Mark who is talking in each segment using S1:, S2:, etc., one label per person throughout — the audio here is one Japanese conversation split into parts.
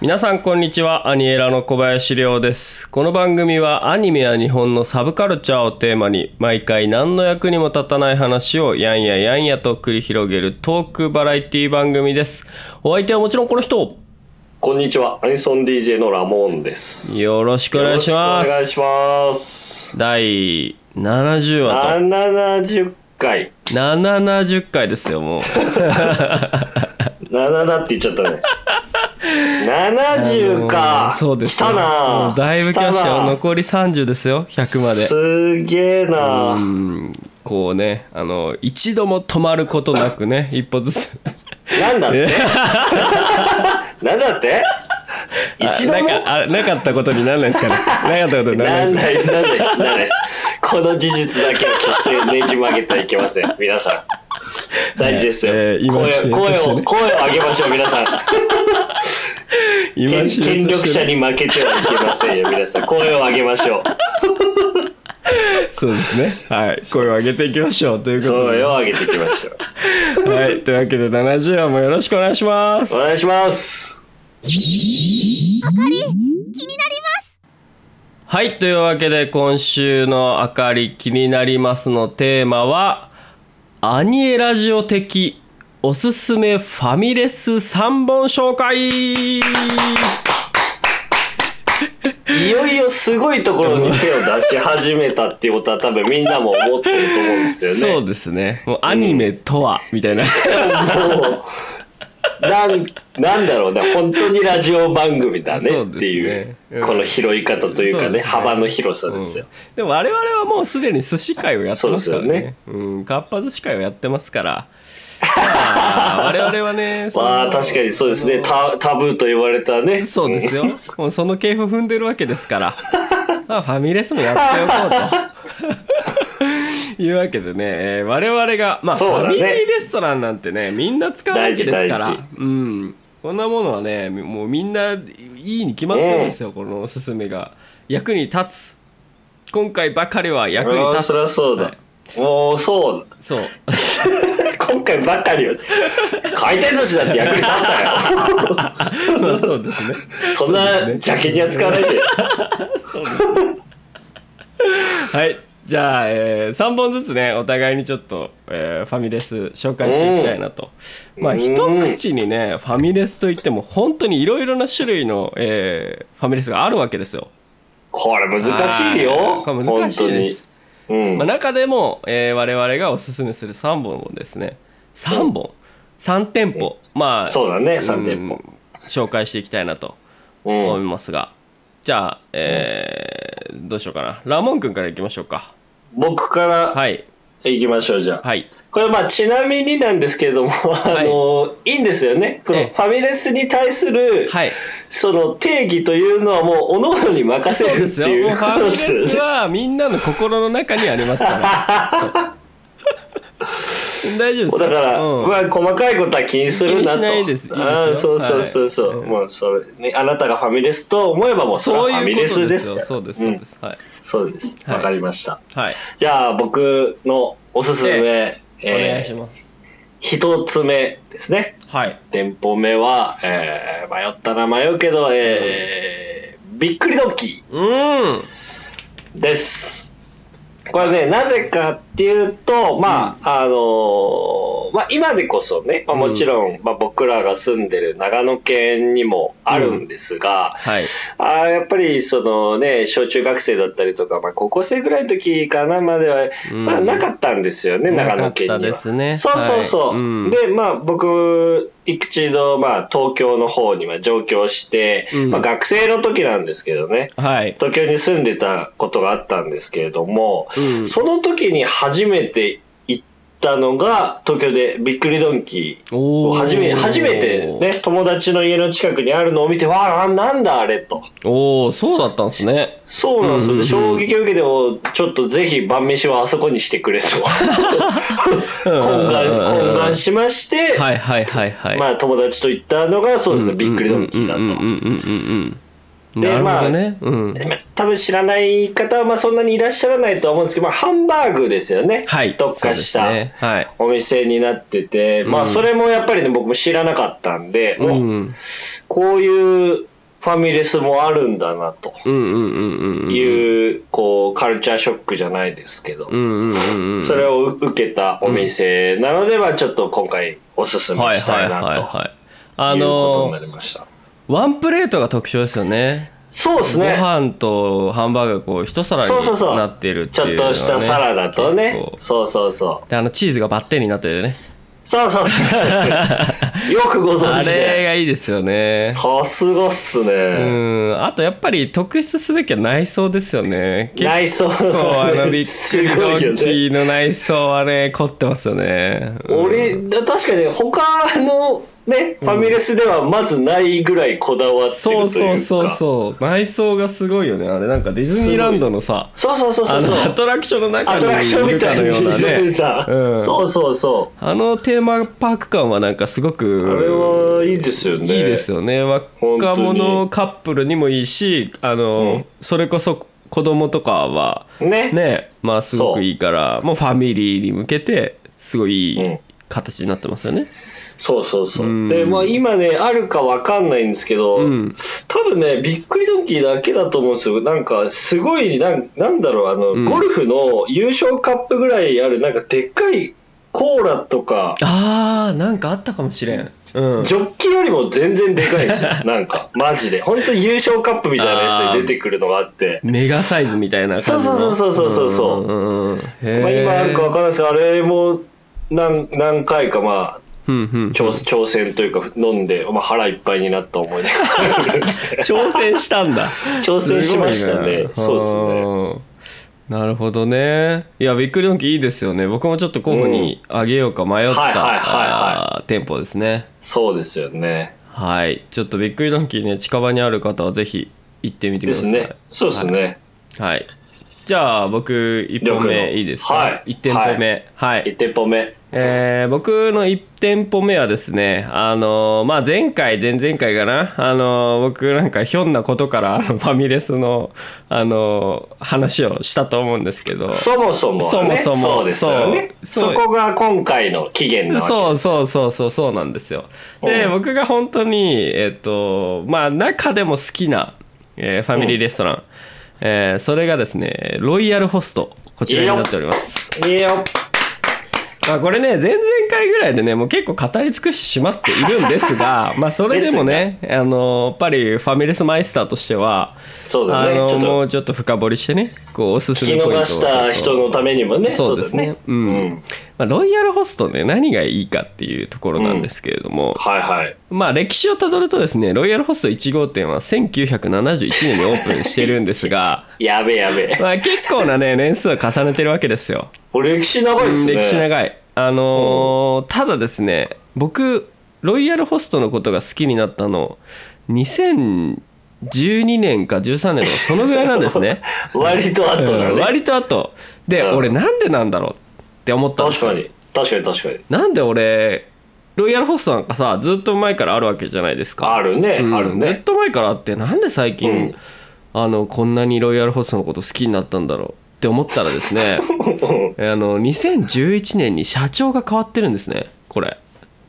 S1: 皆さんこんにちはアニエラの小林亮ですこの番組はアニメや日本のサブカルチャーをテーマに毎回何の役にも立たない話をやんややんやと繰り広げるトークバラエティ番組ですお相手はもちろんこの人
S2: こんにちは、アニソン DJ のラモーンです。
S1: よろしくお願いします
S2: よろしくお願いします。
S1: 第70話
S2: 70回。
S1: と770回ですよもう
S2: 7だって言っちゃった ね。70か。
S1: そうです
S2: 来た
S1: も
S2: な
S1: う。だいぶ来ましたよ
S2: 来
S1: 残り30ですよ100ま
S2: たな
S1: です
S2: げえな。
S1: うんこうねあの一度も止まることなく ね一歩ずつ
S2: なんだって なんだって一度
S1: あ
S2: も
S1: なんかあなかったことにならないですかねなかったことになら
S2: な
S1: ない
S2: ん
S1: です
S2: ない、なんない、なんないです。この事実だけは決してねじ曲げてはいけません。皆さん。大事ですよ。
S1: えー今
S2: 声を、声
S1: して
S2: を、声を上げましょう、皆さん。
S1: 今
S2: 権
S1: しようと
S2: 権力
S1: して
S2: 者
S1: る
S2: に負けてはいけませんよ、皆さん。声を上げましょう。
S1: そうですねはい声を上げていきましょうということ
S2: 声
S1: で
S2: を上げていきましょう。
S1: はいというわけで70話もよろしくお願いします
S2: お願いします。
S1: はいというわけで今週の「あかり気になります」のテーマは「アニエラジオ的おすすめファミレス3本紹介」
S2: いよいよすごいところに手を出し始めたっていうことは多分みんなも思ってると思うんですよね。
S1: そうですねもうアニメとは、みたいな
S2: もうなんなんだろうね本当にラジオ番組だねってい
S1: そ
S2: う
S1: うですねうん
S2: この拾い方というか
S1: そ
S2: ね
S1: うですね
S2: 幅の広さですよ、
S1: うんでも我々はもうすでに寿司会をやってますから
S2: そうです
S1: ねうんかっぱ寿司会をやってますから まあ我々はねその
S2: まあ確かにそうですねタタブーと言われたね
S1: そうですよ。もうその系譜踏んでるわけですから。まあ、ファミレスもやっておこう と。いうわけでね、えー我々が、まあ、
S2: そう
S1: ファ
S2: だ
S1: ミ
S2: ね
S1: リーレストランなんてね、みんな使うわけですか
S2: 大事大
S1: ら
S2: 事。
S1: うん。こんなものはね、もうみんないいに決まってるんですよ、このおすすめが。役に立つ。今回ばかりは役に立つ。
S2: あーそりゃそうだ、
S1: はい
S2: もうそう
S1: そう。
S2: 今回ばかりは回転寿司だって役に 立ったよ
S1: まあそうですね。
S2: そ
S1: そうです
S2: んな
S1: ね
S2: 邪気に扱わないで
S1: そうですねはいじゃあ、え3本ずつねお互いにちょっと、えーファミレス紹介していきたいなと、まあ
S2: うん
S1: 一口にねファミレスといっても本当にいろいろな種類の、えーファミレスがあるわけですよ
S2: これ難しいよ
S1: はいこれ難しいです、
S2: 本当に、うん
S1: まあ、中でも、えー我々がおすすめする3本をですね3本3店舗まあ
S2: そうだね3店
S1: う
S2: 舗
S1: ん紹介していきたいなと
S2: うん、
S1: 思いますが、じゃあ、えーどうしようかなラモン君からいきましょうか
S2: 僕から
S1: はい
S2: いきましょうじゃあ
S1: はい
S2: これまあちなみになんですけれども、
S1: い
S2: あのいいんですよね、この
S1: ええ
S2: ファミレスに対する、
S1: はい
S2: その定義というのは、もうおののに任せ
S1: そう
S2: る
S1: で
S2: っ
S1: す
S2: て
S1: よ
S2: い
S1: もう
S2: う
S1: フ
S2: こ
S1: ァ
S2: と
S1: ミ
S2: で
S1: レ
S2: す
S1: ス
S2: よね。
S1: はみんなの心の中にありますからそう大丈夫ですよ
S2: だから、
S1: うん
S2: まあ、細かいことは気にするなと。
S1: 気にしないですいいですよ
S2: ああそうそうそうそう、
S1: はい
S2: もうそれ、ね、あなたがファミレスと思えばもうそれは
S1: そう
S2: ファ
S1: い
S2: ミ
S1: う
S2: レ
S1: こと
S2: ス
S1: で
S2: ですす
S1: よ
S2: から
S1: そうですそうで、す、はい
S2: うんそうです
S1: はい
S2: わかりました。
S1: はい
S2: じゃあ僕のおすすめ、
S1: お願い
S2: え
S1: し
S2: ー
S1: ます
S2: 一つ目ですね。
S1: はい
S2: 店舗目は、えー迷ったな迷うけど、えーびっくりドンキ
S1: うん
S2: ーですこれねなぜかっていうとまあ、あのーまあ、今でこそね、まあ、もちろん、まあ、僕らが住んでる長野県にもあるんですが、
S1: はい
S2: あーやっぱりそのね小中学生だったりとか、まあ、高校生ぐらいの時かなまでは、
S1: うん
S2: まあ、なかったんですよね、
S1: なか
S2: 長
S1: った
S2: 野県には。
S1: ですね
S2: そうそうそ
S1: は
S2: う。
S1: いうん
S2: で、まあ僕、一度、まあ東京の方には上京して、
S1: うん
S2: まあ、学生の時なんですけどね、
S1: はい、
S2: 東京に住んでたことがあったんですけれども、
S1: うん、
S2: その時に初めて行ったのが、東京でびっくりドンキー。
S1: おー
S2: 初め初めてね、友達の家の近くにあるのを見て、わあ、なんだあれと。
S1: おおそうだったんですね
S2: そうなんですよ、
S1: うんうんうん
S2: 衝撃を受けても、ちょっとぜひ晩飯はあそこにしてく れと
S1: うん
S2: 懇
S1: うん
S2: 願懇願しまして、
S1: はいはいはいはい
S2: まあ友達と行ったのがそうですね、
S1: うん
S2: びっくりドンキーだ
S1: うん
S2: と。
S1: うんうんうんうんうん
S2: で
S1: なるほどね、うん
S2: まあ多分知らない方はまあそんなにいらっしゃらないとは思うんですけど、まあ、ハンバーグですよね、
S1: はい
S2: 特化した
S1: そうですねはい
S2: お店になってて、
S1: う
S2: まあ、
S1: ん
S2: それもやっぱりね僕も知らなかったんで、
S1: う
S2: お
S1: ん
S2: こういうファミレスもあるんだなと
S1: うんうんうんうんうん
S2: いう、こうカルチャーショックじゃないですけど、
S1: うんうんうんうん
S2: それを受けたお店なので、まあ、ちょっと今回おすすめ
S1: はい
S2: した
S1: はいいはい
S2: なと。
S1: はいあ
S2: いうことに
S1: の
S2: な
S1: ー
S2: りました。
S1: ワンプレートが特徴ですよね
S2: そうです
S1: ご
S2: ね。
S1: 飯とハンバーグがこう一皿に
S2: そうそうそう
S1: なってるって
S2: ちょ
S1: い
S2: っ
S1: うのは
S2: と
S1: ね
S2: したサラダと
S1: 結
S2: ね
S1: 構。
S2: そうそうそう。
S1: であのチーズがバッテンになってるね
S2: そうそうそうそう。よくご存
S1: あ
S2: 知
S1: れ
S2: で。
S1: がいいですよね
S2: さすがっす
S1: う
S2: ね。
S1: んあとやっぱり特筆すべきは内装ですよね結
S2: 内装
S1: 構あのびっく
S2: す
S1: りド
S2: ごいよ
S1: ッキ
S2: ね。
S1: ーの内装はね凝ってますよねうん
S2: 俺、だ確かに他のね、ファミレスではまずないぐらいこだわってるという
S1: そ
S2: か。
S1: うそうそうそう内装がすごいよねあれなんかディズニーランドのさ
S2: そうそうそうそう
S1: あ
S2: そう。
S1: のアトラクションの中
S2: ア
S1: に
S2: トラクション
S1: い
S2: み
S1: る
S2: た
S1: か
S2: い
S1: のような
S2: に出
S1: ね
S2: てた
S1: うん
S2: そうそうそ
S1: あのテーマパーク感はなんかすご
S2: う。あれ
S1: く
S2: はいいですよね。
S1: いいですよね
S2: 本
S1: 若
S2: 当に
S1: 者カップルにもいいしあの、
S2: うん
S1: それこそ子供とかは
S2: ね。
S1: ねまあすごくいいからもうファミリーに向けてすごいいい
S2: うん
S1: 形になってますよね。
S2: そうそうそう。
S1: うん
S2: で、まあ今ね、あるかわかんないんですけど、
S1: うん
S2: 多分ね、びっくりドンキーだけだと思うんですよ。なんか、すごい、なんなんだろう、あの、
S1: うん
S2: ゴルフの優勝カップぐらいある、なんかでっかいコーラとか、
S1: あーなんかあったかもしれん。うん、
S2: ジョッキよりも全然でかいで すよ。なんか、マジで。本当に優勝カップみたいなやつに出てくるのがあって。
S1: メガサイズみたいな感じの
S2: そうそうそうそうそうそう
S1: うんうんうんへー
S2: まあ今あるかわかんないですけど、あれも何、何回か、まあ、
S1: うんうん
S2: 挑挑戦というか飲んで、まあ、腹いっぱいになった 思い出がある
S1: 挑戦したんだ
S2: 挑戦しましたね
S1: すごいな
S2: そうですね
S1: うんなるほどねいやびっくりドンキーいいですよね僕もちょっと候補にあげようか迷っ
S2: うんはいはいはいはい
S1: たあー店舗ですね
S2: そうですよね
S1: はいちょっとびっくりドンキーね近場にある方はぜひ行ってみてく
S2: で
S1: ださ
S2: す
S1: い
S2: ねそうですね、
S1: はいじゃあ僕1本目いいですか、
S2: はい
S1: 1店舗目はい、
S2: 一店舗目
S1: えー僕の1店舗目はですね、あのーまあ、前回前々回かな、あのー僕なんかひょんなことからあのファミレスの、あのー話をしたと思うんですけど
S2: そもそも、ね、
S1: そもそも
S2: うですよね
S1: そう
S2: そ
S1: そう
S2: こが今回の起源なわけ
S1: そうそうそうそうそうなんですよで
S2: うん
S1: 僕が本当にえっ、とまあ中でも好きな、えーファミリーレストラン、えーそれがですねロイヤルホストこちらになっております
S2: いいよ
S1: まあこれね前々回ぐらいでねもう結構語り尽くしてしまっているんです がまあそれでもねあのやっぱりファミレスマイスターとしては、
S2: そうだ
S1: あ
S2: ねちょ
S1: の
S2: っ
S1: も
S2: と
S1: うちょっと深掘りしてねこうおすす
S2: 聞き
S1: めポイントを
S2: 逃した人のためにもね
S1: そうですね
S2: だ
S1: うん
S2: うん
S1: まあ、ロイヤルホストね何がいいかっていうところなんですけれども、
S2: はいはい
S1: まあ歴史をたどるとですねロイヤルホスト1号店は1971年にオープンしてるんです が
S2: やべえや べえ
S1: まあ結構なね年数を重ねてるわけですよ。
S2: 俺歴史長いっすね
S1: 歴史長いあのーただですね僕ロイヤルホストのことが好きになったの2012年か13年とかそのぐらいなんですね
S2: 割と 後だね、
S1: うん割と後で、
S2: うん
S1: 俺なんでなんだろうって思ったんで
S2: 確
S1: すよ
S2: かに確かに確かに
S1: なんで俺ロイヤルホストなんかさずっと前からあるわけじゃないですか
S2: あるね、
S1: うん
S2: ある
S1: ずっ
S2: ね
S1: と前からあってなんで最近、
S2: うん
S1: あのこんなにロイヤルホストのこと好きになったんだろうって思ったらですねあの2011年に社長が変わってるんですねこれ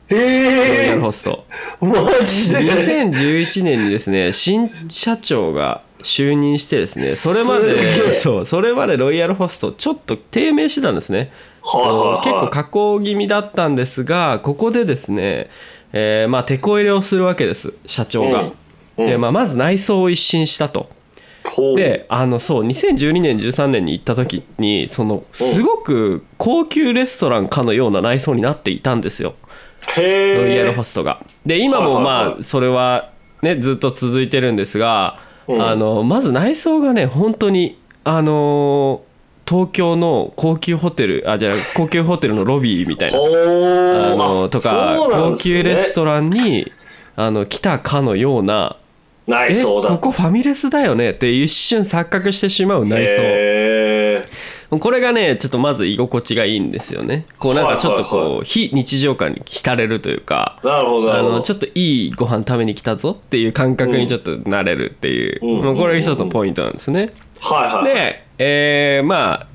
S1: ロイ
S2: え
S1: ヤ
S2: え
S1: ルホスト
S2: マジで
S1: 2011年にですね新社長が就任してですねそれます
S2: げ
S1: で
S2: え
S1: そうそれまでロイヤルホストちょっと低迷してたんですね
S2: はいは
S1: 結
S2: いはい
S1: 構加工気味だったんですがここでですね、えーまあ手こ入れをするわけです社長が、
S2: うん
S1: で、
S2: うん
S1: まあ、まず内装を一新したと
S2: ほう
S1: であのそう2012年13年に行った時にそのすごく高級レストランかのような内装になっていたんですよ
S2: へ
S1: ロイヤル
S2: ホ
S1: ホストが。で今も
S2: はいはい
S1: ま
S2: は
S1: あそれはねずっと続いてるんですが、
S2: うん
S1: あのまず内装がね本当にあのー東京の高級ホテルあじゃあ高級ホテルのロビーみたいなあのとか、高級レストランにあの来たかのような
S2: ラン
S1: 「
S2: 内
S1: え
S2: 装だ
S1: ここファミレスだよね」って一瞬錯覚してしまう内装。
S2: へー
S1: これがねちょっとまず居心地がいいんですよねこうなんかちょっとこう、
S2: はいはい
S1: 非日常感に浸れるというか
S2: なるほどな
S1: あ
S2: るほ
S1: の
S2: ど
S1: ちょっといいご飯食べに来たぞっていう感覚にちょっとなれるっていう、
S2: うん
S1: まあこれが一つのポイントなんですね。
S2: はいはい
S1: で、えーまあ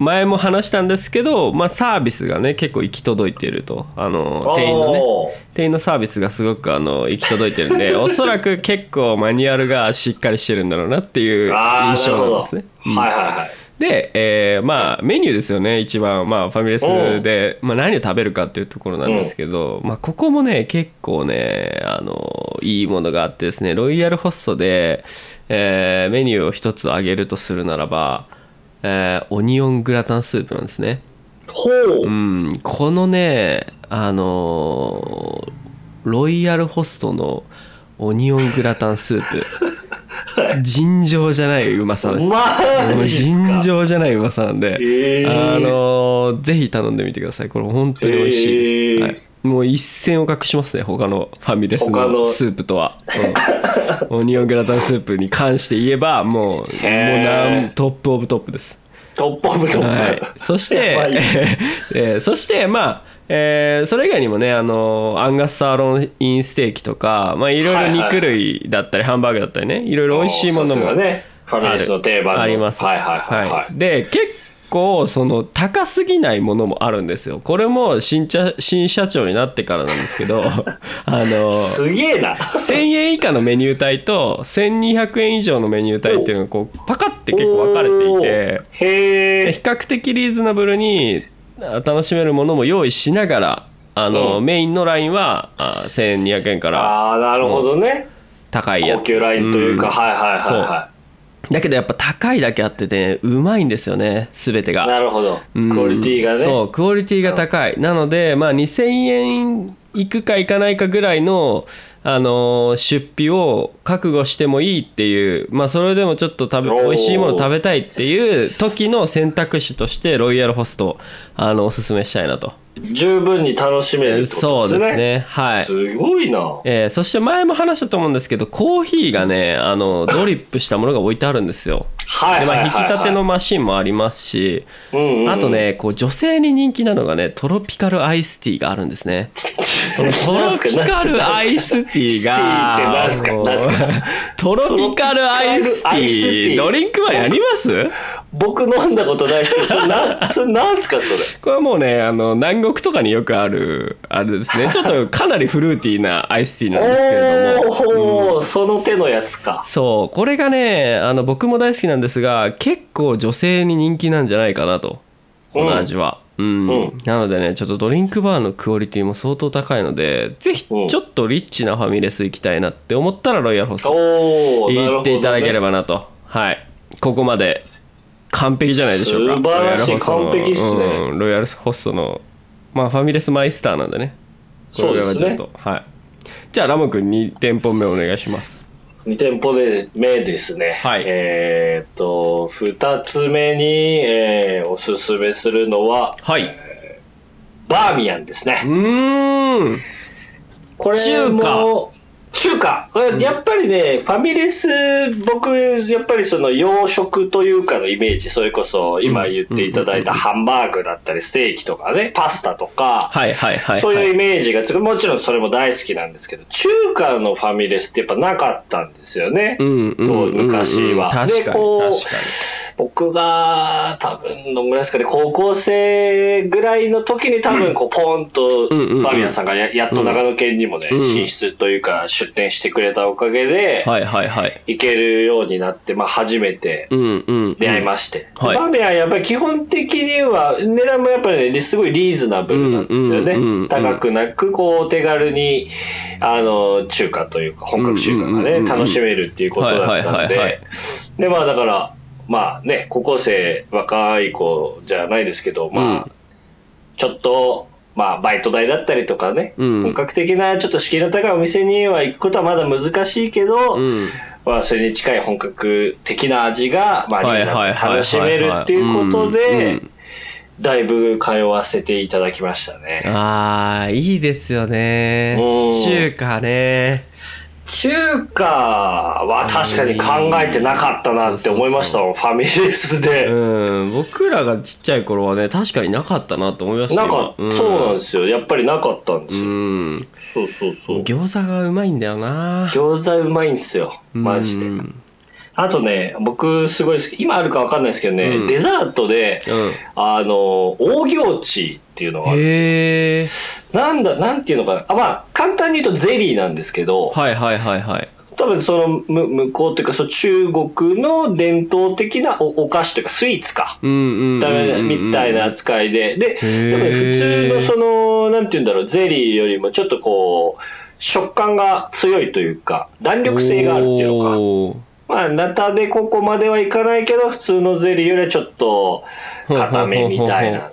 S1: 前も話したんですけど、まあ、サービスがね結構行き届いているとあの店員のね
S2: おー
S1: 店員のサービスがすごくあの行き届いてるん でおそらく結構マニュアルがしっかりしてるんだろうなっていう
S2: あー
S1: 印象なんですね。
S2: なるほどはいはいはい
S1: で、えーまあメニューですよね一番、まあ、ファミレスで、まあ、何を食べるかっていうところなんですけど、まあ、ここもね結構ねあのいいものがあってですねロイヤルホストで、えーメニューを一つあげるとするならば、えーオニオングラタンスープなんですね。
S2: ほ
S1: う、
S2: うん
S1: このねあのーロイヤルホストのオニオングラタンスープ尋常じゃないうまさです
S2: マジっすか
S1: 尋常じゃないうまさなんで、
S2: ええ
S1: あのーぜひ頼んでみてくださいこれ本当に美味しいです、
S2: えー
S1: はいもう一線を画しますね他のファミレス
S2: 他
S1: の
S2: の
S1: スープとは、 うんオニオングラタンスープに関して言えばもうもう
S2: へー
S1: なんトップオブトップです
S2: トップオブト
S1: は
S2: ッ
S1: い
S2: プ、
S1: そし
S2: やば い
S1: て、えーそしてまあえーそれ以外にもねあのアンガスサーロインステーキとか、まあ、いろいろ肉類だったり、ハンバーグだったりねいろいろ美味しいもの
S2: そう
S1: も
S2: ですよねファミレスの定番の
S1: あります
S2: はいはいはいはい
S1: で結構その高すぎないものもあるんですよこれも新茶新社長になってからなんですけ どあの
S2: すげえな。
S1: 1000円以下のメニュー帯と1200円以上のメニュー帯っていうのがこうパカって結構分かれていて。
S2: おー。へ
S1: で
S2: え
S1: 比。較的リーズナブルにあ楽しめるものも用意しながらあの、
S2: うん
S1: メインのラインはあ1200円から
S2: ああ、なるほどね。
S1: 高いやつ
S2: 高級ラインというか、
S1: ん
S2: はいはいはいは
S1: だけどやっぱ高いだけあっててうまいんですよね全て
S2: い。な
S1: が、
S2: るほど。
S1: うん
S2: クオリティがね。
S1: そうクオリティが高い、なので、まあ、2000円いくかいかないかぐらいの、あのー出費を覚悟してもいいっていう、まあ、それでもちょっと食
S2: お
S1: べ
S2: ー
S1: 美味しいもの食べたいっていう時の選択肢としてロイヤルホストあのおすすめしたいなと
S2: 十分に楽しめるって
S1: そ
S2: こ
S1: うで
S2: とですね。
S1: すねはい、
S2: すごいな。
S1: えーそして前も話したと思うんですけどコーヒーがねあのドリップしたものが置いてあるんですよ
S2: はい
S1: で、
S2: は
S1: ま
S2: いはい、
S1: あ、
S2: はい。
S1: 引き立てのマシンもありますし
S2: うんうん
S1: あと。 ねこう女性に人気なのがねトロピカルアイスティーがあるんです ねこのトロピカルアイスティーが
S2: なんすかなんすかなんすか
S1: あのトロピカルアイステ
S2: トロピカル
S1: ィ
S2: アイ
S1: ー
S2: スティー
S1: ドリンクはやります
S2: 僕飲んだことないですけど、そ れな、それなんすか、それ。
S1: これはもうねあの南国とかによくあるあれですねちょっとかなりフルーティーなアイスティーなんですけれども
S2: おお、その手のやつか。
S1: そうこれがねあの僕も大好きなんですが結構女性に人気なんじゃないかなとこの味は、うん
S2: うん
S1: なのでねちょっとドリンクバーのクオリティも相当高いのでぜひち
S2: う
S1: ょ
S2: ん
S1: っとリッチなファミレス行きたいなって思ったらロイヤルホスト
S2: おお、なるほど、
S1: 行
S2: ね。
S1: っていただければなと、はいここまで完璧じゃないでしょうか
S2: 素晴らしい
S1: ロイヤルホストの
S2: 完璧っすね
S1: うんロイヤルホストのまあファミレスマイスターなんでねこれはちょっと、はいじゃあラモ君2店舗目お願いします
S2: 2店舗で目ですね、
S1: はい
S2: えーっと2つ目に、えーおすすめするのは
S1: はい
S2: バーミヤンです
S1: う
S2: ね
S1: ーん
S2: これも中華やっぱりね、ファミレス僕やっぱりその洋食というかのイメージそれこそ今言っていただいたハンバーグだったりステーキとかねパスタとか、
S1: はいはいはいはい
S2: そういうイメージがつくもちろんそれも大好きなんですけど中華のファミレスってやっぱなかったんですよね、
S1: うんうんうんうん
S2: 昔は
S1: 確か
S2: で
S1: に
S2: こう
S1: 確か
S2: 僕が多分どんぐらいですかね高校生ぐらいの時に多分こうポンと
S1: うんうんうん
S2: バーミヤンさんがややっと長野県にもね
S1: うん
S2: 進出というか出店してくれたおかげで
S1: にはいはいはい
S2: 行けるようになって、まあ、初めて
S1: うんうん
S2: 出会いまして、
S1: うんはい
S2: バーミヤンやっぱり基本的には値段もやっぱりねすごいリーズナブルなんですよね、
S1: うんうんうん
S2: 高くなくこうお手軽にあの中華というか本格中華がね、
S1: うんうんうんうん
S2: 楽しめるっていうことだったん
S1: はいはいはいはい
S2: ででまあだからまあね高校生若い子じゃないですけどまあ、
S1: うん
S2: ちょっとまあ、バイト代だったりとかね、
S1: うん
S2: 本格的なちょっと敷居の高いお店には行くことはまだ難しいけど、
S1: うん
S2: まあ、それに近い本格的な味が、まあ、リーズナブルに楽しめるっていうこと
S1: はいはいはいはい
S2: で
S1: うんう、
S2: だいぶ通わせていただきましたね。
S1: あーいいですよね
S2: うん
S1: 中華ね
S2: 中華は確かに考えてなかったなって思いましたもん、ファミレスで。
S1: うん僕らがちっちゃい頃はね確かになかったなと思いました
S2: なんか、そうなんですすよ。やっぱりなかったんですよ。
S1: うん
S2: そうそうそう。
S1: 餃子がうまいんだよな
S2: 餃子うまいんですよ。マジで
S1: う。ん
S2: あとね、僕すごい好き。今あるかわかんないですけどね、
S1: うん
S2: デザートで、
S1: うん
S2: あの、大行地っていうのがあるんです
S1: へ
S2: よ。
S1: え
S2: なんだ、なんていうのかな。あまあ、簡単に言うとゼリーなんですけど、
S1: はいはいはいはい
S2: 多分そのむ向こうというか、そう中国の伝統的なおお菓子というか、スイーツか。
S1: うんうんうん
S2: ダメ
S1: う
S2: なん
S1: うん
S2: みたいな扱いで。で、
S1: ー
S2: やっぱり普通のその、なんていうんだろう、ゼリーよりもちょっとこう、食感が強いというか、弾力性があるっていうのか。
S1: おー
S2: まあ、ナタでここまではいかないけど、普通のゼリーよりはちょっと固めみ たいな。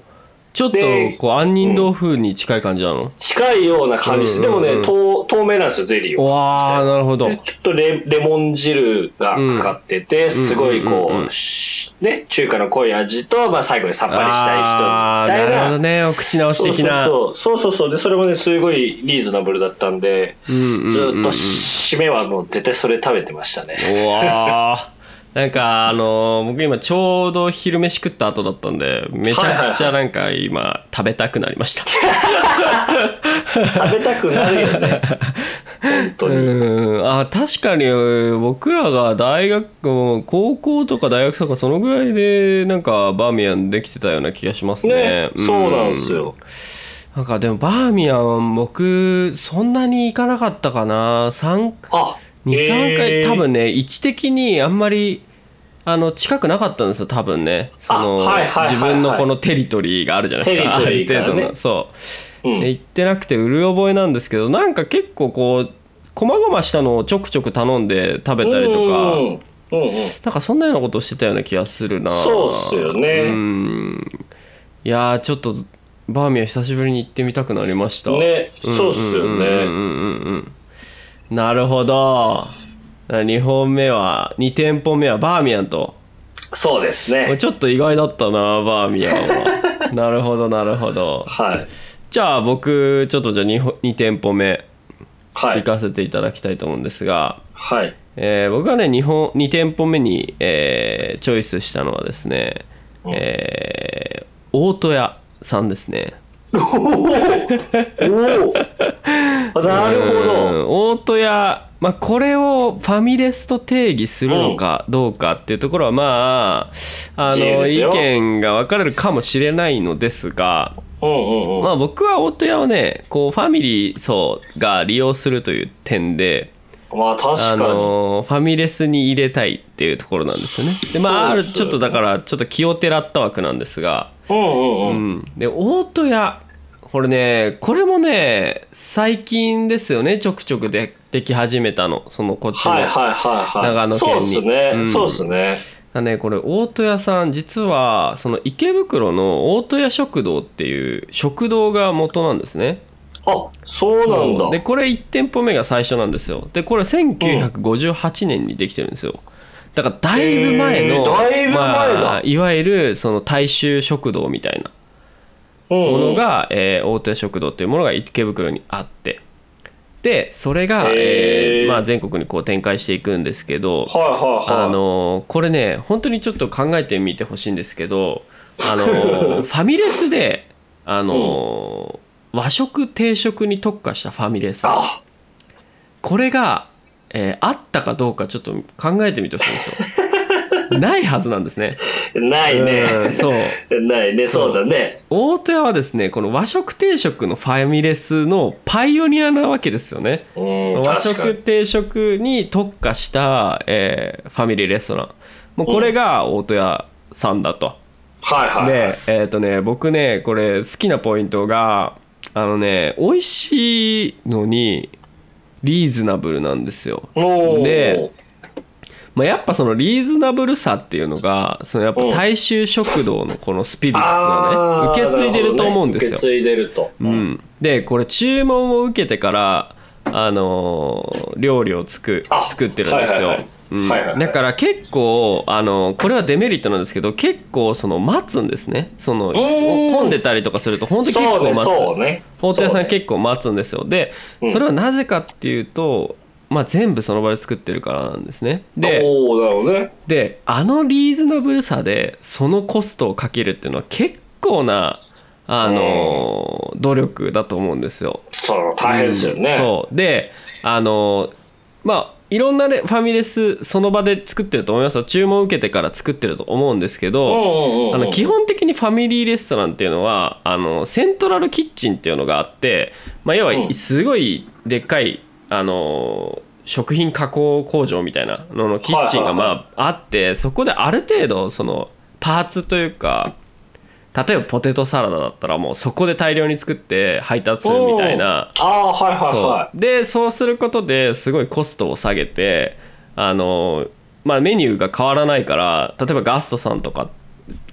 S1: ちょっと
S2: で
S1: こう杏仁豆腐に近い感じなの、
S2: 近いような感じです。
S1: うんうんうん
S2: でもね透、透明なんですよ、ゼリーは。
S1: わあなるほど
S2: でちょっとレレモン汁がかかってて、すごい
S1: うんうんうん
S2: こ
S1: うん
S2: う、しね、中華の濃い味と、まあ、最後にさっぱりしたい
S1: あ
S2: 人みた
S1: ー
S2: い
S1: なる
S2: な
S1: ほどねお口直し的な
S2: そうそうそうそうそうそうでそれもねすごいリーズナブルだったんで
S1: うんうんうんうん
S2: ずっと締めはもう絶対それ食べてましたね、
S1: うわーなんかあのー僕今ちょうど昼飯食った後だったんでめちゃくちゃなんか今食べたくなりま した
S2: 食べたくなるよね本当
S1: う
S2: に、
S1: んあ確かに僕らが大学高校とか大学とかそのぐらいでなんかバーミヤンできてたような気がしますね
S2: ねそうなんです
S1: う
S2: よ
S1: なんかでもバーミヤン僕そんなに行かなかったかな23
S2: あ
S1: 回、
S2: えー
S1: 多分ね位置的にあんまりあの近くなかったんですよ多分ねその、
S2: あはいはいはいはい
S1: 自分のこのテリトリーがあるじゃないですか、
S2: テリトリー
S1: ある
S2: からね
S1: 程度のそう
S2: うん
S1: で行ってなくてうる覚えなんですけどなんか結構こう細々したのをちょくちょく頼んで食べたりとか
S2: うんうんうんうん
S1: なんかそんなようなことをしてたような気がするな
S2: そうっすよね
S1: うんいやーちょっとバーミヤン久しぶりに行ってみたくなりました
S2: ねそうっすよね、
S1: うんうんうんうんうんなるほど2本目は2店舗目はバーミヤンと
S2: そうですね
S1: ちょっと意外だったなバーミヤン はなるほどなるほど
S2: はい
S1: じゃあ僕ちょっとじゃあ 2, 2店舗目
S2: は
S1: 行
S2: い
S1: かせていただきたいと思うんですが、
S2: はい
S1: えー僕がね日本2店舗目に、えーチョイスしたのはですね、
S2: うん
S1: えー大戸屋さんですね
S2: おーおーあなるほ
S1: う
S2: ど
S1: ん大戸屋、まあ、これをファミレスと定義するのかどうかっていうところはまああ
S2: 自由
S1: の
S2: ですよ
S1: 意見が分かれるかもしれないのですが
S2: うんうんうん
S1: まあ僕は大戸屋をねこうファミリー層が利用するという点で
S2: まあ確
S1: あ
S2: かに
S1: のーファミレスに入れたいっていうところなんですよね。でまああ
S2: そう
S1: る
S2: です
S1: ちょっとだからちょっと気をてらった枠なんですが、
S2: うんうん
S1: う
S2: うん
S1: ん、で大戸屋これねこれもね最近ですよねちょくちょくででき始めたのそのこっちの。
S2: はいはいはいはい
S1: 長野県に
S2: そうです
S1: う
S2: ね、
S1: ん
S2: そうですね
S1: だねこれ大戸屋さん実はその池袋の大戸屋食堂っていう食堂が元なんですね。
S2: あそうなん
S1: で
S2: だ
S1: これ1店舗目が最初なんですよでこれ1958年にできてるんですよだからだいぶ前の、
S2: へーだいぶ前だ
S1: まあ、いわゆるその大衆食堂みたいなものが、えー大手食堂っていうものが池袋にあってでそれが、
S2: へー
S1: えーまあ、全国にこう展開していくんですけど、
S2: はいはいはい
S1: あのーこれね本当にちょっと考えてみてほしいんですけどあ のーファミレスであのー和食定食に特化したファミレス
S2: あ
S1: これが、えーあったかどうかちょっと考えてみてほしいんです よないはずなんですね
S2: ない
S1: うん
S2: ね
S1: そう
S2: ないねそうだね
S1: 大戸屋はですねこの和食定食のファミレスのパイオニアなわけですよね
S2: うん
S1: 和
S2: 確か
S1: 食
S2: に
S1: 定食に特化した、えーファミリーレストランもうこれが大戸屋さんだと、
S2: はいはいはい
S1: でえっ、とね僕ねこれ好きなポイントがあのね美味しいのにリーズナブルなんですよ、
S2: おー
S1: でまあ、やっぱそのリーズナブルさっていうのがそのやっぱ大衆食堂のこのスピリッツ
S2: あ
S1: を
S2: ー
S1: ね受け継いでると思うんです
S2: な
S1: よ
S2: るほどね受け継いでると
S1: うん、でこれ注文を受けてからあのー料理をつく
S2: あ
S1: 作ってるんです
S2: は
S1: よ
S2: いはいはい
S1: うん
S2: はいはいはい
S1: だから結構あのーこれはデメリットなんですけど結構その待つんですねその
S2: ーん
S1: 混んでたりとかすると本当に結
S2: そう
S1: 構
S2: ね
S1: 待つ
S2: そうね
S1: 大手屋さ
S2: そうんね
S1: 結構待つんですよで
S2: うん
S1: それはなぜかっていうとまあ、全部その場で作ってるからなんですねで
S2: おおなるほどね
S1: であのリーズナブルさでそのコストをかけるっていうのは結構なあのー努力だと思うんですよ。
S2: そう大変ですよね、
S1: うんそうであのーまあいろんなねファミレスその場で作ってると思いますよ注文受けてから作ってると思うんですけど、
S2: うんうんうんうん
S1: あの基本的にファミリーレストランっていうのはあのセントラルキッチンっていうのがあって、まあ、要
S2: う
S1: は
S2: ん
S1: すごいでっかいあの食品加工工場みたいなののキッチンが
S2: はいはいは
S1: まああってそこである程度そのパーツというか例えばポテトサラダだったらもうそこで大量に作って配達するみたいな。
S2: おーあーはいはい
S1: そ
S2: は
S1: うでそうすることですごいコストを下げてあの、まあ、メニューが変わらないから例えばガストさんとか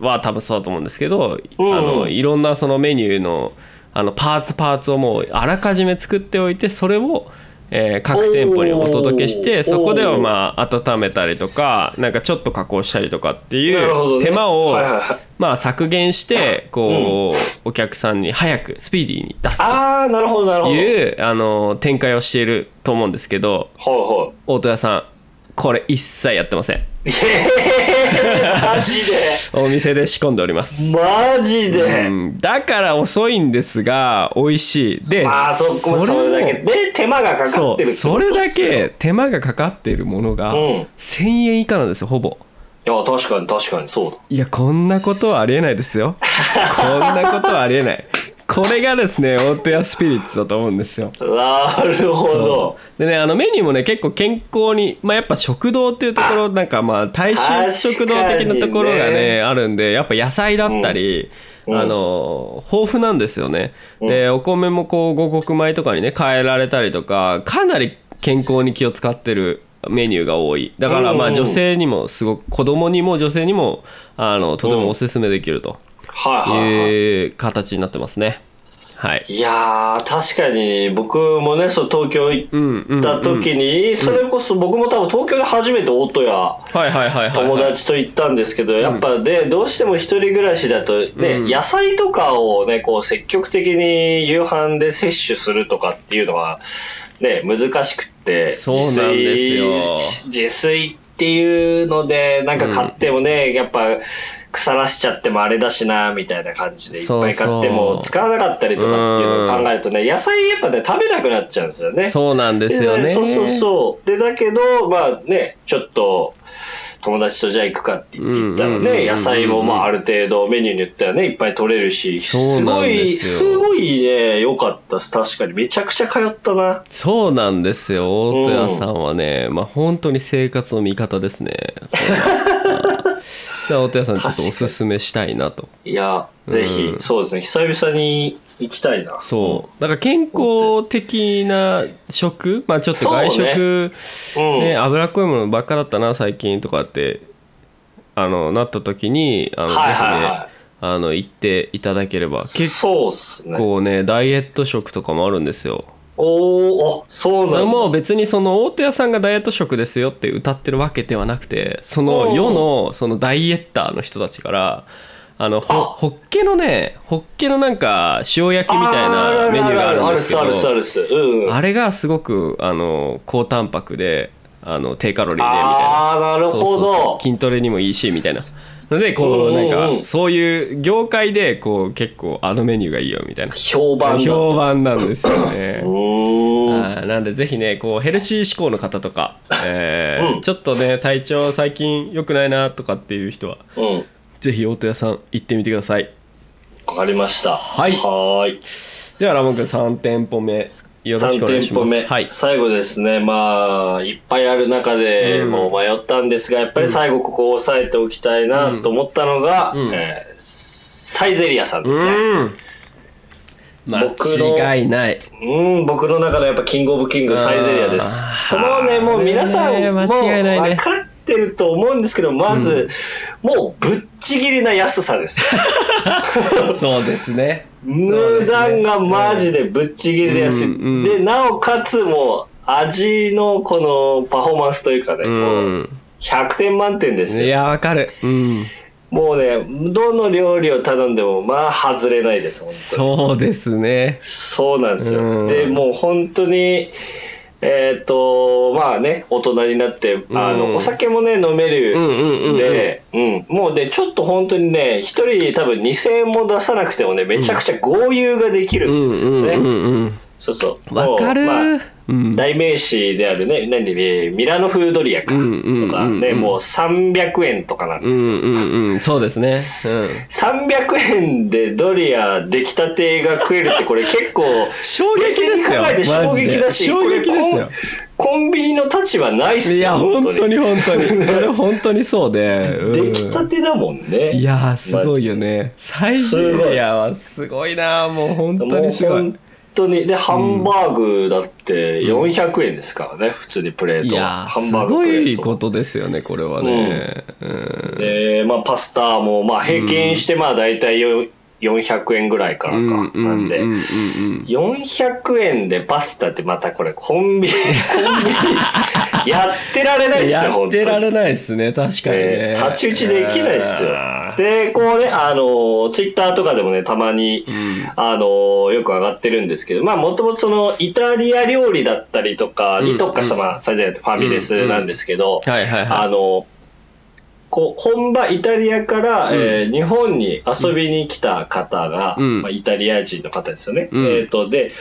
S1: は多分そうだと思うんですけど、
S2: うん
S1: あのいろんなそのメニューのあのパーツパーツをもうあらかじめ作っておいてそれを、えー各店舗にお届けし
S2: お
S1: て
S2: ー
S1: そこで
S2: お
S1: は
S2: ー
S1: まあ温めたりとかなんかちょっと加工したりとかって
S2: い
S1: い
S2: なるほど
S1: う
S2: ね
S1: 手間を、
S2: はいはいはい
S1: まあ、削減してこう、お客さんに早くスピーディーに出すと
S2: ああなるほどなるほど
S1: いうあの展開をしていると思うんですけど
S2: はいはい
S1: 大戸屋さんこれ一切やってません
S2: えーマジで
S1: お店で仕込んでおります、
S2: マジで、
S1: うん、だから遅いんですが美味しいで
S2: ああそこもそれだけ
S1: も
S2: で手間がかか
S1: そ
S2: って
S1: う
S2: るってことっすよ
S1: それだけ手間がかかっているものが、
S2: うん
S1: 1,000円以下なんですよほぼ
S2: いや確かに確かにそうだ
S1: いやこんなことはありえないです よこんなことはありえないこれがですね大戸屋スピリッツだと思うんですよ
S2: なるほど
S1: そうでねあのメニューもね結構健康に、まあ、やっぱ食堂っていうところなんかまあ大衆食堂的なところが
S2: 確
S1: ね
S2: かにね
S1: あるんでやっぱ野菜だったり、
S2: うん
S1: あの豊富なんですよね、でお米もこう五穀米とかにね変えられたりとかかなり健康に気を使ってるメニューが多いだからまあ
S2: うん
S1: 女性にもすごく子供にも女性にもあのとてもおすすめできると
S2: はいはい、はい、
S1: いう形になってますねはい
S2: いやー確かに僕もねそう東京行
S1: うんうん、うん、
S2: った時に、それこそ僕も多分東京で初めて大戸屋
S1: はいはいはいはいはい
S2: 友達と行ったんですけど、やっぱでどうしても一人暮らしだと、ね
S1: うん
S2: 野菜とかを、ね、こう積極的に夕飯で摂取するとかっていうのは、ね、難しくって
S1: そうなんですよ
S2: 自炊自炊っていうのでなんか買ってもね、やっぱ腐らしちゃってもあれだしなみたいな感じでいっぱい買って
S1: そうそう
S2: も使わなかったりとかっていうのを考えるとね、野菜やっぱね食べなくなっちゃうんですよね。
S1: そうなんですよね。
S2: そうそうそう。で、だけど、まあね、ちょっと、友達とじゃあ行くかって言って行ったら
S1: うんうんうんうん
S2: ね、野菜もまあある程度メニューによってはね、いっぱい取れるし、
S1: そう
S2: す
S1: なん
S2: ご
S1: で
S2: い、
S1: すよ
S2: すごいね、良かったっす。確かに。めちゃくちゃ通ったな。
S1: そうなんですよ。大戸屋さんはね、まあ本当に生活の味方です ね。だから大戸屋さんちょっとおすすめしたいなと。
S2: いや、ぜひ
S1: う、ん
S2: そうですね、久々に行きたいな。
S1: そう。だから健康的な食、まあちょっと外食、
S2: う
S1: ね
S2: ん。
S1: 脂っこいものばっかだったな最近とかってあのなった時にあの、
S2: はいはい
S1: ぜひね
S2: は
S1: あの行っていただければ
S2: い。
S1: 結
S2: そうっすね。
S1: 構ねダイエット食とかもあるんですよ。
S2: おー、あ、そう
S1: それも
S2: なんだ。
S1: 別にその大戸屋さんがダイエット食ですよって歌ってるわけではなくてその世のそのダイエッターの人たちからあのほ
S2: あ
S1: ホッケのねホッケのなんか塩焼きみたいなメニューがあるんですけ
S2: あるっすあ
S1: ど
S2: るっすあるっす。うんうん。
S1: あれがすごくあの高タンパクであの低カロリーでみたいな。
S2: あー、なる
S1: そ
S2: ほ
S1: うそうそ
S2: ど
S1: う。筋トレにもいいしみたいなのでこうなん
S2: うんうんう
S1: か
S2: ん
S1: そういう業界でこう結構あのメニューがいいよみたいな
S2: 評判だ。
S1: 評判なんですよね
S2: う。ーん。
S1: あーなんでぜひねこうヘルシー志向の方とか、えー
S2: うん
S1: ちょっとね体調最近良くないなとかっていう人は
S2: うん。
S1: ぜひ大戸屋さん行ってみてください
S2: わかりました。
S1: はい
S2: はーい。
S1: ではラモン君3店舗目よろしく
S2: 3
S1: お願いし
S2: 店
S1: ま
S2: 舗
S1: す
S2: 目、
S1: はい
S2: 最後ですね、まあ、いっぱいある中で
S1: うん
S2: もう迷ったんですが、やっぱり最後、ここを押さえておきたいなと思ったのが、
S1: うん
S2: えーサイゼリアさんですね。
S1: うん
S2: 僕の
S1: 間違いない
S2: うん、僕の中のやっぱキングオブキング、サイゼリアです
S1: あ。ー
S2: もうね、もう皆さん、
S1: ね
S2: もう
S1: 間違いないね
S2: 分かってると思うんですけど、まず、もうぶっちぎりな安さです。
S1: そうですね
S2: 値段がマジでぶっちぎりで安い、
S1: うんうん
S2: でなおかつもう味のこのパフォーマンスというかね、
S1: う
S2: もうん100点満点です
S1: い
S2: よ
S1: やわかるうん
S2: もうねどの料理を頼んでもまあ外れないです本当に
S1: そうですね
S2: そうなんですよ、
S1: うん
S2: でもう本当にえっ、と、まあね、大人になって、あの、
S1: うん
S2: お酒もね、飲める。
S1: うんうんうんうん
S2: で、うん、もうね、ちょっと本当にね、一人多分2000円も出さなくてもね、めちゃくちゃ豪遊ができるんですよね。
S1: うんうんうん
S2: そうそう。
S1: うんわかる
S2: もうまあ
S1: うん
S2: 代名詞であるね、何で、えーミラノ風ドリアか
S1: うんうん
S2: とか
S1: うん
S2: ね、
S1: うん
S2: もう300円とかなん
S1: う
S2: ですよ。
S1: んうんうんそうですねうん
S2: 300円でドリア出来たてが食えるってこれ結構
S1: 衝撃ですよ
S2: 冷静に考えて衝撃だし
S1: マジで
S2: これ
S1: 衝撃で
S2: コンコンビニの立場ないっすよ
S1: いや本当に本当にそれ本当にそうで、うん
S2: 出来たてだもんね
S1: いやーすごいよね最
S2: す
S1: 終
S2: ごい
S1: いやーすごいなーもう本
S2: マジで
S1: 当にすご
S2: もう
S1: い
S2: 本当にでハンバーグだって400円ですからね、普通にプレー
S1: い
S2: ト
S1: や
S2: ハ
S1: ー
S2: ン
S1: す
S2: バーグ
S1: ご
S2: プレ
S1: い
S2: ー
S1: こ
S2: ト
S1: とですよねこれはね、うん
S2: で、まあ、パスタもまあ平均してまあ大体よ400円ぐらいからか、なんで、
S1: うんうんうん
S2: 400円でパスタってまたこれコ ンビニコンビニやってられないっすよ
S1: や
S2: 本
S1: っ
S2: 当に
S1: てられないですね確かにね
S2: え、ー太刀打ちできないっすよ
S1: あー
S2: でこうねあのツイッターとかでもねたまに、
S1: ん
S2: あのよく上がってるんですけどまあもともとそのイタリア料理だったりとかに特化した、
S1: うん
S2: まあサイズファミレスなんですけど、
S1: はいはいはい
S2: あのこう本場イタリアから、
S1: うん
S2: えー日本に遊びに来た方が、
S1: うん
S2: まあ、イタリア人の方ですよね。
S1: うん
S2: えー、とで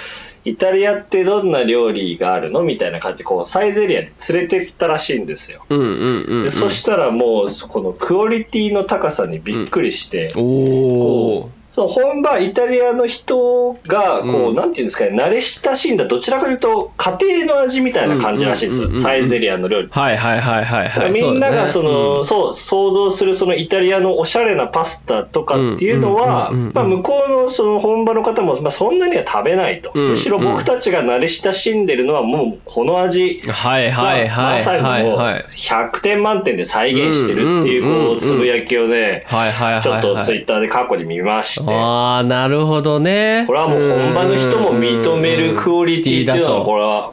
S2: イタリアってどんな料理があるのみたいな感じでこうサイゼリアで連れてったらしいんですよ。
S1: うんうんうんう
S2: で
S1: ん
S2: そしたらもうこのクオリティの高さにびっくりして、
S1: おお
S2: その本場イタリアの人がこう、
S1: うん
S2: なんていうんですかね慣れ親しんだどちらかというと家庭の味みたいな感じらしいんで
S1: う
S2: す
S1: ん
S2: よ
S1: うんうんうん
S2: サイゼリアの料理
S1: はいはいはいはいはい
S2: みんなが
S1: そ
S2: そう
S1: だね
S2: のそう想像するそのイタリアのおしゃれなパスタとかっていうのは、
S1: うんうんうんうん
S2: まあ、向こうのその本場の方も、まあ、そんなには食べないと、
S1: うん
S2: むしろ僕たちが慣れ親しんでるのはもうこの味
S1: うんはい
S2: が
S1: はいは
S2: ま
S1: い
S2: さに
S1: はい
S2: もう
S1: はい
S2: 100点満点で再現してるってい
S1: う
S2: う
S1: んうんうん
S2: こ
S1: うん
S2: うつぶやきをね
S1: はいはいはい
S2: ちょっと
S1: はい
S2: ツイッターで過去に見まして。
S1: ああなるほどね
S2: これはもう本場の人も認めるクオリティっていうのはこれは、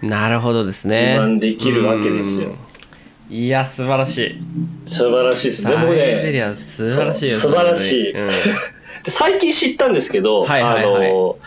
S2: うん、
S1: なるほどです
S2: 自
S1: ね
S2: 慢できるわけです
S1: う
S2: よ。
S1: んいや素晴らしい
S2: 素晴らしいです。でも
S1: サイゼ
S2: ね、
S1: リア素晴らしいよ
S2: そう素晴らしい
S1: うん
S2: で最近知ったんですけど、
S1: はいはいはい
S2: あの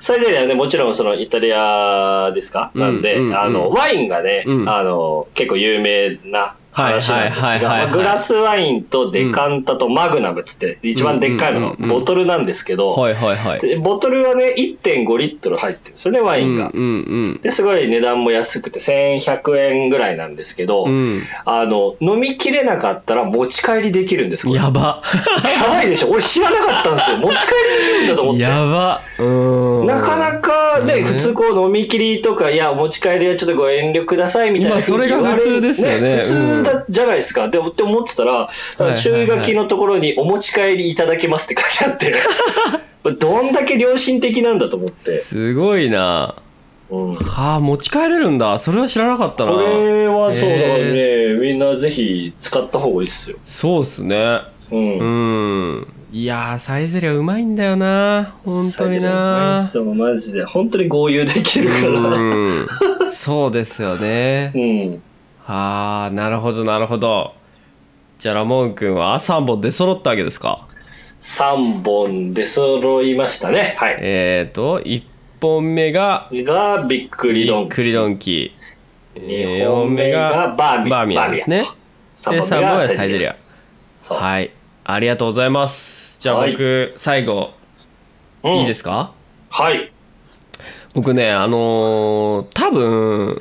S2: サイゼリアはねもちろんそのイタリアですか、
S1: うん
S2: なんで、
S1: うん
S2: あの
S1: うん
S2: ワインがね、
S1: うん
S2: あの結構有名な話なんですが、
S1: はいはいはいはいはい
S2: まあグラスワインとデカンタとマグナムっつって、一番でっかいの
S1: うんうんう
S2: が
S1: んうん
S2: ボトルなんですけど、
S1: はいはいはい
S2: でボトルはね1.5リットル入ってるんですよねワインが。
S1: うんうん
S2: ですごい値段も安くて1100円ぐらいなんですけど、
S1: うん
S2: あの飲みきれなかったら持ち帰りできるんです
S1: う
S2: こ
S1: ん
S2: れ
S1: やば
S2: やばいでしょ俺知らなかったんですよ持ち帰りできるんだと思っ て
S1: やばうん
S2: なかなかね、
S1: うん
S2: 普通こう飲み切りとか、いや、お持ち帰りはちょっとご遠慮くださいみたい
S1: ま
S2: な。
S1: あそれが普通ですよね
S2: 普通だ、じゃないですか。でもって思ってたら、
S1: いはい
S2: 注意書きのところにお持ち帰りいただけますって書いてあって、 これどんだけ良心的なんだと思って。
S1: すごいな
S2: うん
S1: はあ持ち帰れるんだそれは知らなかったな
S2: これはそうだから
S1: へ
S2: ね、みんなぜひ使った方がいいですよ。
S1: そうっすね
S2: うん。
S1: うんいやーサイゼリアうまいんだよな本当にな
S2: そう、マジで。本当に合流できるから。
S1: うんそうですよね
S2: うん。
S1: ああなるほどなるほどじゃあラモン君は3本出揃ったわけですか
S2: 3本出揃いましたね。はい。
S1: えーと1本目が
S2: がびっくりドンキ
S1: クリドンキ
S2: 2本目がバーミ
S1: バーミヤン
S2: バー
S1: で
S2: ミヤン
S1: すねで3
S2: 3本
S1: 本
S2: 目
S1: は
S2: が
S1: サ
S2: サ
S1: イ
S2: イ
S1: ゼ
S2: ゼ
S1: リ
S2: リ
S1: ア
S2: アそう
S1: はいありがとうございますじゃあ僕最後
S2: うん
S1: いいですか
S2: はい
S1: 僕ねあのー多分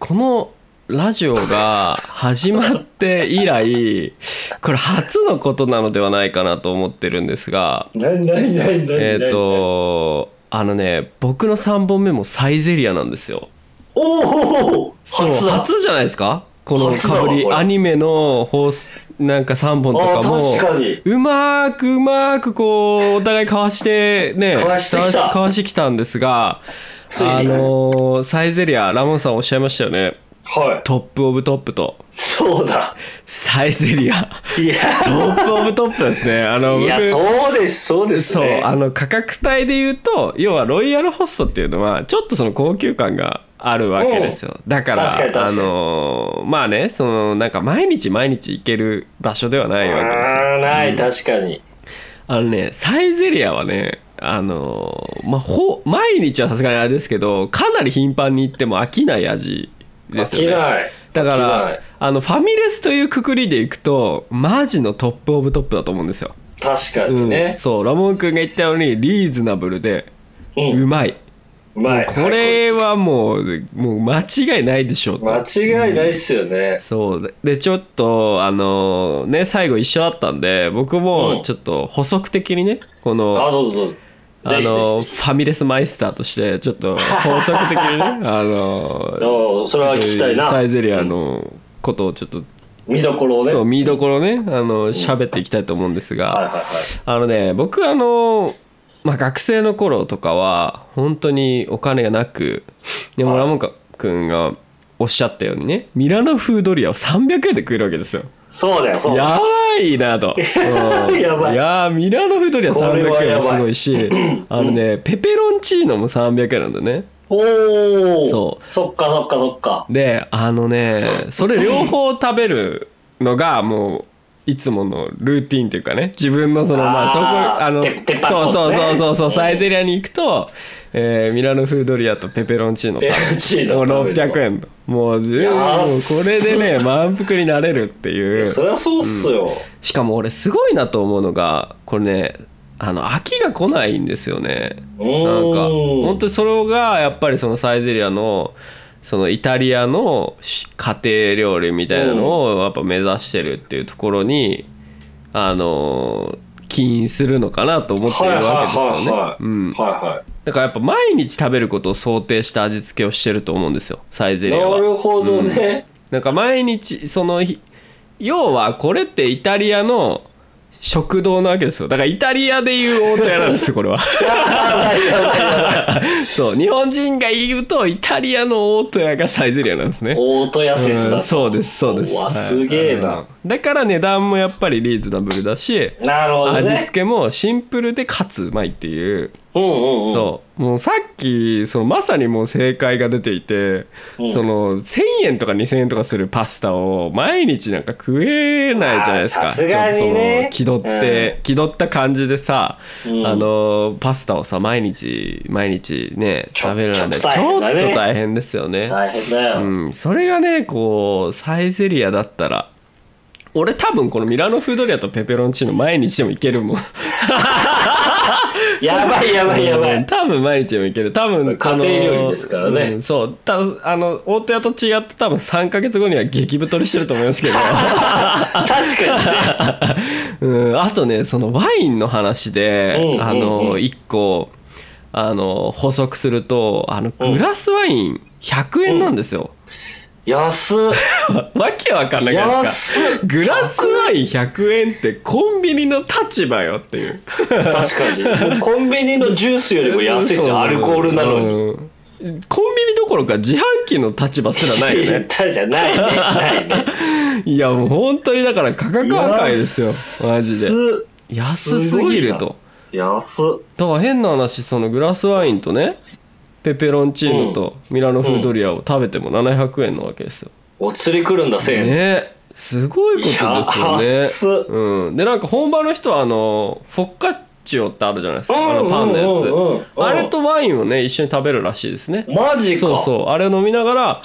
S1: このラジオが始まって以来これ初のことなのではないかなと思ってるんですが
S2: 何何何何
S1: えっ、とあのね僕の3本目もサイゼリアなんですよ。
S2: おお
S1: そう
S2: 初だ
S1: 初じゃないですかこの
S2: 初だ
S1: か
S2: わ
S1: ぶり
S2: これ
S1: アニメの放送なんか3本と
S2: あ
S1: かも
S2: 確かに
S1: うまーくうまーくこうお互いかわしてね
S2: かわしてきた
S1: かわしてきたんですが
S2: ついに
S1: あのーサイゼリアラモンさんおっしゃいましたよね
S2: はい
S1: トップオブトップと
S2: そうだ
S1: サイゼリア
S2: いや
S1: トップオブトップですねあの
S2: いや
S1: 僕
S2: そうですそうです
S1: そう
S2: ね
S1: あの価格帯で言うと要はロイヤルホストっていうのはちょっとその高級感があるわけですよだから
S2: 確かに確か
S1: あ
S2: に
S1: のーまあねそのなんか毎日毎日行ける場所ではないわけですよ
S2: あーない確かに
S1: あのねサイゼリアはねあのまあほ毎日はさすがにあれですけどかなり頻繁に行っても飽きない味ですよね
S2: 飽きない
S1: だか
S2: 飽きな
S1: ら
S2: い
S1: あのファミレスというくくりでいくとマジのトップオブトップだと思うんですよ、
S2: 確か
S1: う
S2: に
S1: ん
S2: ね、
S1: そうラモン君が言ったようにリーズナブルで
S2: うん
S1: うまい、
S2: うまい
S1: もうこれはもうもう間違いないでしょうと
S2: 間違いないっすよね、
S1: そうででちょっとあのね最後一緒だったんで僕
S2: う
S1: も
S2: ん
S1: ちょっと補足的にねこ
S2: あ
S1: の
S2: どうぞどうぞ
S1: あ
S2: ぜひぜひ
S1: のファミレスマイスターとしてちょっと補足的 にねあの
S2: おうそれは聞きたいな
S1: サイゼリアのことをちょっと、
S2: 見どころをね
S1: そう見どころねあの喋っていきたいと思うんです
S2: はいは
S1: が、
S2: いはい
S1: あのね僕あのまあ学生の頃とかは本当にお金がなくでも
S2: はい
S1: ラモンカ君がおっしゃったようにねミラノ風ドリアを300円で食えるわけですよ。
S2: そうだよそうだよ
S1: やばいな と。うん
S2: やばい
S1: やーミラノフードリア
S2: これは
S1: 300円は
S2: やばい
S1: すごい し、あのね、ペペロンチーノも300円なんだね。
S2: おお
S1: そ
S2: そっかそっかそ っか
S1: で、あのね、それ両方食べるのがもう、いつものルーティンというかね自分のそのまあそこ
S2: あー
S1: あの
S2: て鉄板コ
S1: そ
S2: ー
S1: う
S2: ス
S1: そうそ
S2: ね
S1: うそうそう
S2: うん
S1: サイゼリアに行くと、えーミラノフードリアとペペロンチーノと
S2: ペペロンチーノ
S1: もう600円ともうもうこ
S2: 安っ
S1: れでね満腹になれるっていう
S2: そりゃそうっすよ、
S1: しかも俺すごいなと思うのがこれねあの飽きが来ないんですよね
S2: うーん、
S1: なんか本当にそれがやっぱりそのサイゼリアのそのイタリアのし家庭料理みたいなのをやっぱ目指してるっていうところにあの起因するのかなと思っているわけですよ
S2: はいはいはいは
S1: ね
S2: い
S1: うん。
S2: は
S1: だからやっぱ毎日食べることを想定した味付けをしてると思うんですよサイゼ
S2: い
S1: リ
S2: はい
S1: アは。
S2: なるほどね、
S1: なんか毎日その日要はこれってイタリアの食堂なわけですよだからイタリアでいう大戸屋なんですよこれ はそう日本人が言うとイタリアの大戸屋がサイゼリアなんですね
S2: 大戸屋説
S1: う
S2: だ
S1: んそうですそうです
S2: うわ
S1: はい
S2: すげえな
S1: うんだから値段もやっぱりリーズナブルだし
S2: なるほどね
S1: 味付けもシンプルでかつうまいっていう
S2: うんうんうん
S1: そうもうさっきそのまさにもう正解が出ていて、
S2: うん
S1: その1,000円とか2,000円とかするパスタを毎日なんか食えないじゃないです
S2: あ
S1: か
S2: ーさすがにね
S1: ちょっとその気取って、気取った感じでさ、
S2: うん
S1: あのパスタをさ毎日毎日ね
S2: ちょ
S1: 食べるなんて
S2: ちょっと大変だね
S1: ちょっと大変ですよね。
S2: 大変だよ、
S1: うん、それがねこうサイゼリアだったら俺多分このミラノフードリアとペペロンチーノ毎日でもいけるもん
S2: やばいやばいやばい、
S1: うん多分毎日でもいける多分
S2: 家庭料理ですからね
S1: あのうんそうたあの大戸屋と違って多分3か月後には激太りしてると思います けど、
S2: 確 か
S1: うん、あとねそのワインの話で、
S2: うんうんうん
S1: あの1個あの補足するとあのグラスワイン100円なんですよ、
S2: にね安っ
S1: わけわかんないじゃないですか
S2: 安っ
S1: グラスワイン100円ってコンビニの立場よっていう
S2: 確かにコンビニのジュースよりも安いですよアルコールなのに、
S1: に、うんコンビニどころか自販機の立場すらないよね
S2: たじゃないねないね
S1: いやもう本当にだから価格破壊ですよマジで安すぎると
S2: 安っ
S1: だから変な話そのグラスワインとねペペロンチーノとミラノフードリアを食べても700円なわけですよ、
S2: お釣り来るんだ1000円、
S1: ねすごいことですよ
S2: 安っ
S1: ね、うん、でなんか本場の人はあのフォッカッチオってあるじゃないですか、あのパンのやつ、
S2: うんうんうんうん
S1: あれとワインをね一緒に食べるらしいですね
S2: マジか
S1: そうそうあれを飲みながら、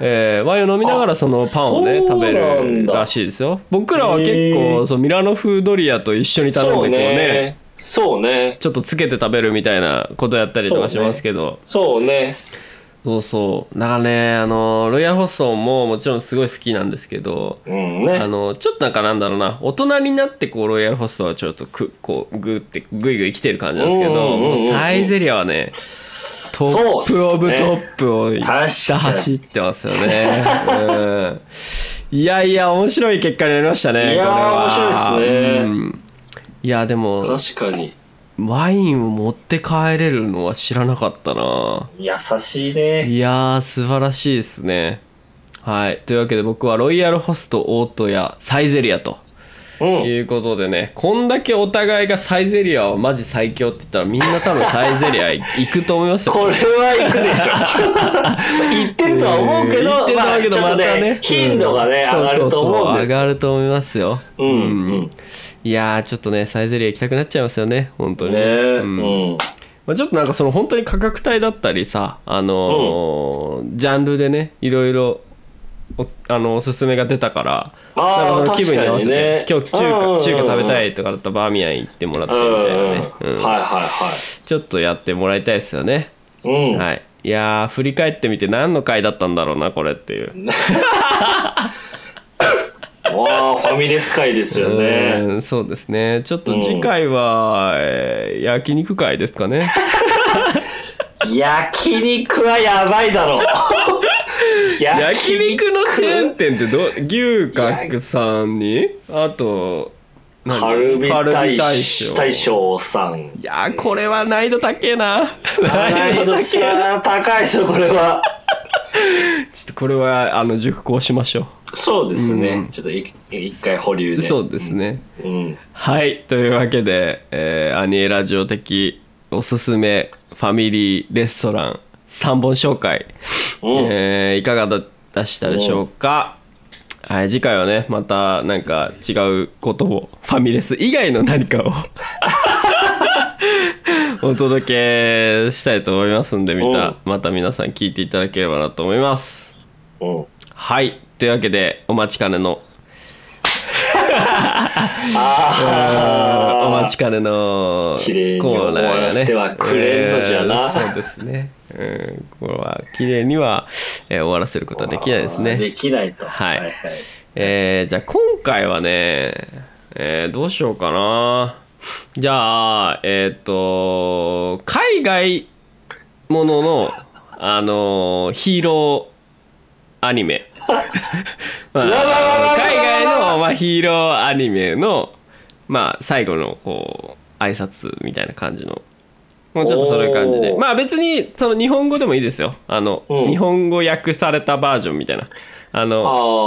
S1: えーワインを飲みながらそのパンをね
S2: そう
S1: 食べ
S2: なん
S1: る
S2: だ
S1: らしいですよ僕らは結
S2: へ
S1: 構
S2: ー
S1: そうミラノ風ドリアと一緒に頼んでこうね
S2: そうね
S1: ちょっとつけて食べるみたいなことやったりとかしますけど
S2: そうねそうね
S1: そう,、そうだからねあのロイヤルホストももちろんすごい好きなんですけど
S2: うん
S1: あ
S2: ね
S1: のちょっとなんかなんだろうな大人になってこうロイヤルホストはちょっとくこうグってグイグイ来てる感じなんですけど
S2: うんうんうんうん
S1: もうサイゼリアはねト
S2: そ
S1: ッ
S2: うっすね
S1: プオブトップをひた走ってますよね。うんいやいや面白い結果になりましたね
S2: いやー
S1: これは
S2: 面白いっすね
S1: うんいやでも
S2: 確かに
S1: ワインを持って帰れるのは知らなかったな。
S2: 優しいね
S1: いやー素晴らしいですねはいというわけで僕はロイヤルホスト大戸屋サイゼリアと
S2: うん。
S1: いうことでねこんだけお互いがサイゼリアはマジ最強って言ったらみんな多分サイゼリア行くと思いますよ
S2: これは行くでし ょ。行ってるとは思うけ
S1: 言っ
S2: ど、
S1: てた
S2: まあ
S1: わけ
S2: ち
S1: ど
S2: ょっと
S1: またね
S2: ね、頻度がね、
S1: うん
S2: 上がると思うんです
S1: そうそうそう上が
S2: よ。
S1: ると思いますよ
S2: うんうん。
S1: いやーちょっとねサイゼリア行きたくなっちゃいますよね本当に
S2: ね
S1: うん
S2: うん。
S1: まあ、ちょっとなんかその本当に価格帯だったりさあのージャンルでねいろいろおあのおすすめが出たから
S2: あー
S1: なんかその気分に合わせて、
S2: 確か
S1: 今
S2: に
S1: 日
S2: ね
S1: 中華,、
S2: うんうんうん
S1: 中華食べたいとかだったらバーミヤン行ってもらって
S2: うん
S1: みたいなね、
S2: う
S1: うん
S2: ん。はいはい
S1: ちょっとやってもらいたいですよね、
S2: はい。うん。
S1: はいいやー振り返ってみて何の回だったんだろうなこれっていう
S2: わあ、ファミレス会ですよね。
S1: うんそうですねちょっと次回は、えー焼肉会ですかね
S2: 焼肉はやばいだろう。
S1: 焼肉のチェーン店ってど牛角さんにあと何
S2: カルビ
S1: カルビ
S2: 大
S1: 大
S2: 将
S1: 将
S2: 大将さん。
S1: いやーこれは難易度高えな
S2: 難 易度
S1: えな
S2: 高いですよ、これは。
S1: ちょっとこれはあの熟考しましょ
S2: そうです
S1: うん
S2: ね。ちょっとい一回保留
S1: う
S2: で。
S1: そうですね
S2: うん。
S1: はいというわけで、えーアニエラジオ的おすすめファミリーレストラン3本紹介
S2: うん。
S1: えーいかがだったしたでしょうか、はい、次回はねまたなんか違うことをファミレス以外の何 かをお届けしたいと思いますんでみ
S2: うん
S1: たまた皆さん聞いていただければなと思います
S2: うん。
S1: はいというわけでお待ちかねの
S2: ああ。
S1: お待ちかねのコ
S2: 綺麗に
S1: ーナー
S2: 終わ
S1: がね
S2: らせてはくれんのじゃな
S1: えーそうですね、うん、これは綺麗には、えー終わらせることはできないですね
S2: できないと。
S1: はい
S2: はい。
S1: えーじゃあ今回はね、えーどうしようかなじゃあえっ、と海外もののあのーヒーローアニ メ、まあ
S2: わわわわわ
S1: 海外の、まあ、ヒーローアニメの、まあ、最後のこう挨拶みたいな感じのもうちょっとそういう感じで
S2: おー
S1: まあ別にその日本語でもいいですよあの、
S2: うん
S1: 日本語訳されたバージョンみたいなあの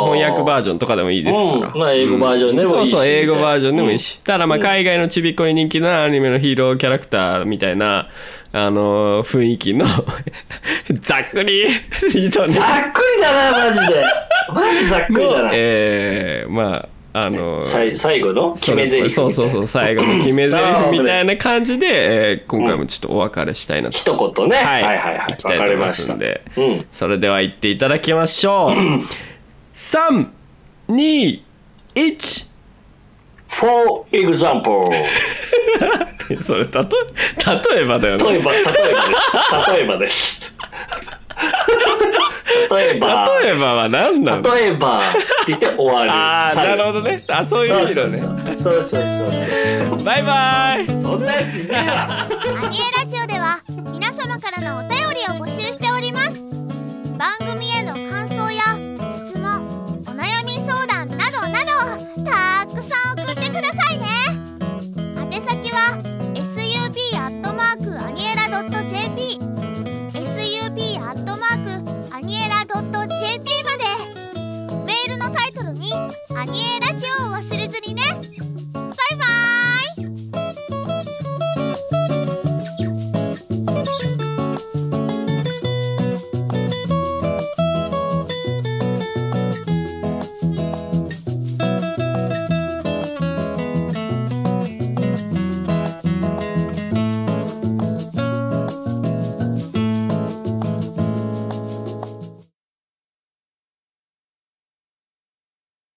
S2: あー
S1: 翻訳バージョンとかでもいいですから、
S2: うんまあ英語バージョンでもいいし
S1: うんそうそう英語バージョンでもいいし、ただまあ
S2: うん
S1: 海外のちびっこに人気なアニメのヒーローキャラクターみたいなあのー雰囲気の ざっくり人に
S2: ざっくりだな、マジで。マジざっくりだな。
S1: えー、まああのー
S2: さい最後の決め台詞みたいな
S1: そうそうそう最後の決め台詞みたいな感じで、えー今回もちょっとお別れしたいなと、
S2: 一言ね、
S1: は
S2: はいい、はいはいはい
S1: 行きたいと思いますんで
S2: わかりまし
S1: それでは行っていただきましょう321
S2: たうん for example
S1: それたと例えばだよね
S2: 例え ば例えばです例えばです例えば
S1: 例えばは何なの
S2: 例えばって言って終わる
S1: ああなるほどねあそういう意味だね
S2: そうそうそう
S1: バイバイ
S2: そうそんなやついねえわ
S3: アニエラジオでは皆様からのお便りを募集して